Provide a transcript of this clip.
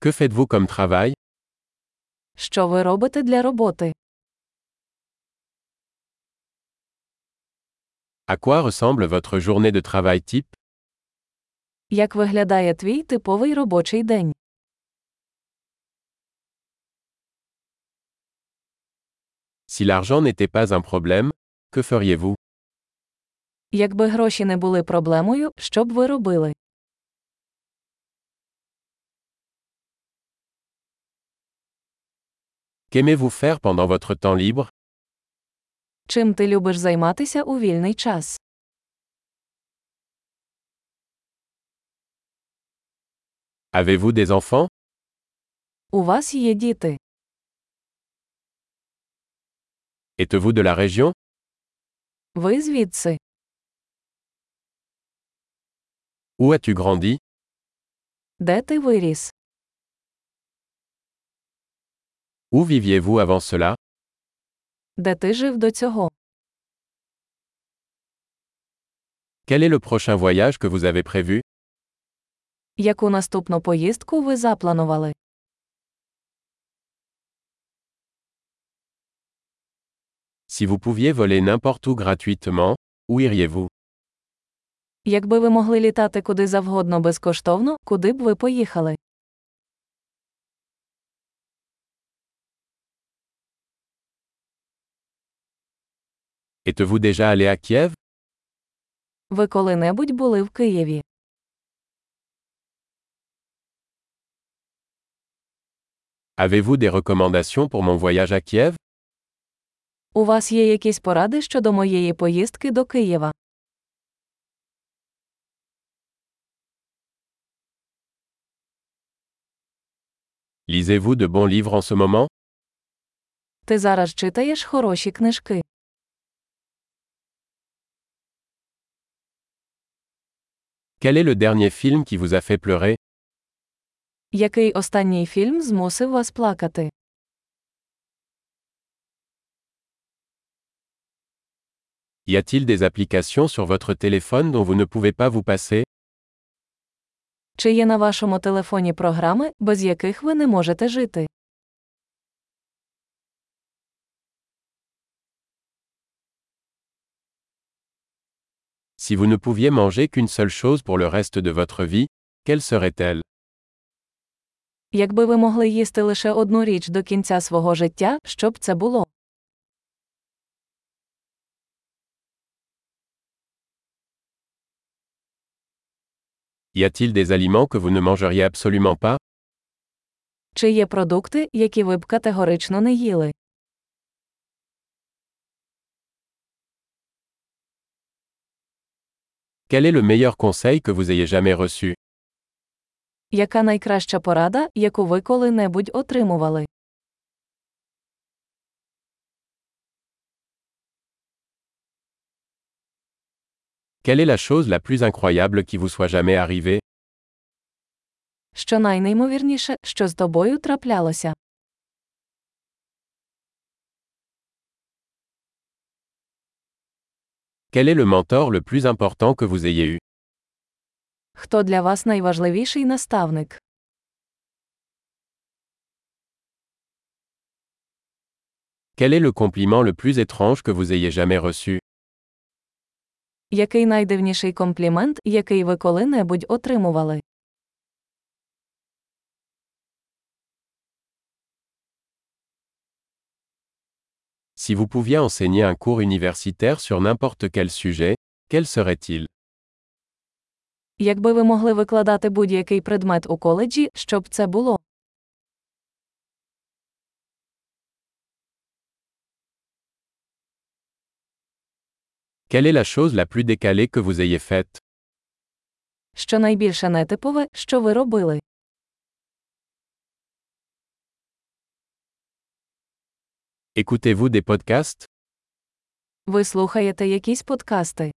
Que faites-vous comme travail Що ви робите для роботи? À quoi ressemble votre journée de travail type Як виглядає твій типовий робочий день? Si l'argent n'était pas un problème, que feriez-vous Якби гроші не були проблемою, що б ви робили? Qu'aimez-vous faire pendant votre temps libre Чим ти любиш займатися у вільний час? Avez-vous des enfants У вас є діти. Êtes-vous de la région Ви звідси? Où as-tu grandi Де ти виріс? Où viviez-vous avant cela Де ти жив до цього? Quel est le prochain voyage que vous avez prévu Яку наступну поїздку ви запланували? Si vous pouviez voler n'importe où gratuitement, où iriez-vous Якби ви могли літати куди завгодно безкоштовно, куди б ви поїхали? Êtes-vous déjà allé à Kiev Ви коли-небудь були в Києві? Avez-vous des recommandations pour mon voyage à Kiev У вас є якісь поради щодо моєї поїздки до Києва? Lisez-vous de bons livres en ce moment Ти зараз читаєш хороші книжки. Quel est le dernier film qui vous a fait pleurer Який останній фільм змусив вас плакати? Y a-t-il des applications sur votre téléphone dont vous ne pouvez pas vous passer Чи є на вашому телефоні програми, без яких ви не можете жити? Si vous ne pouviez manger qu'une seule chose pour le reste de votre vie, quelle serait-elle Якби ви могли їсти лише одну річ до кінця свого життя, що б це було? Y a-t-il des aliments que vous ne mangeriez absolument pas Чи є продукти, які ви б категорично не їли? Quel est le meilleur conseil que vous ayez jamais reçu Яка найкраща порада, яку ви коли-небудь отримували? Quelle est la chose la plus incroyable qui vous soit jamais arrivée Що найнеймовірніше, що з тобою траплялося? Quel est le mentor le plus important que vous ayez eu Хто для вас найважливіший наставник? Quel est le compliment le plus étrange que vous ayez jamais reçu Який найдивніший комплімент, який ви коли-небудь отримували? Si vous pouviez enseigner un cours universitaire sur n'importe quel sujet, quel serait-il Якби ви могли викладати будь-який предмет у коледжі, щоб це було? Quelle est la chose la plus décalée que vous ayez faite Що найбільше нетипове, що ви робили? Écoutez-vous des podcasts Ви слухаєте якісь подкасти?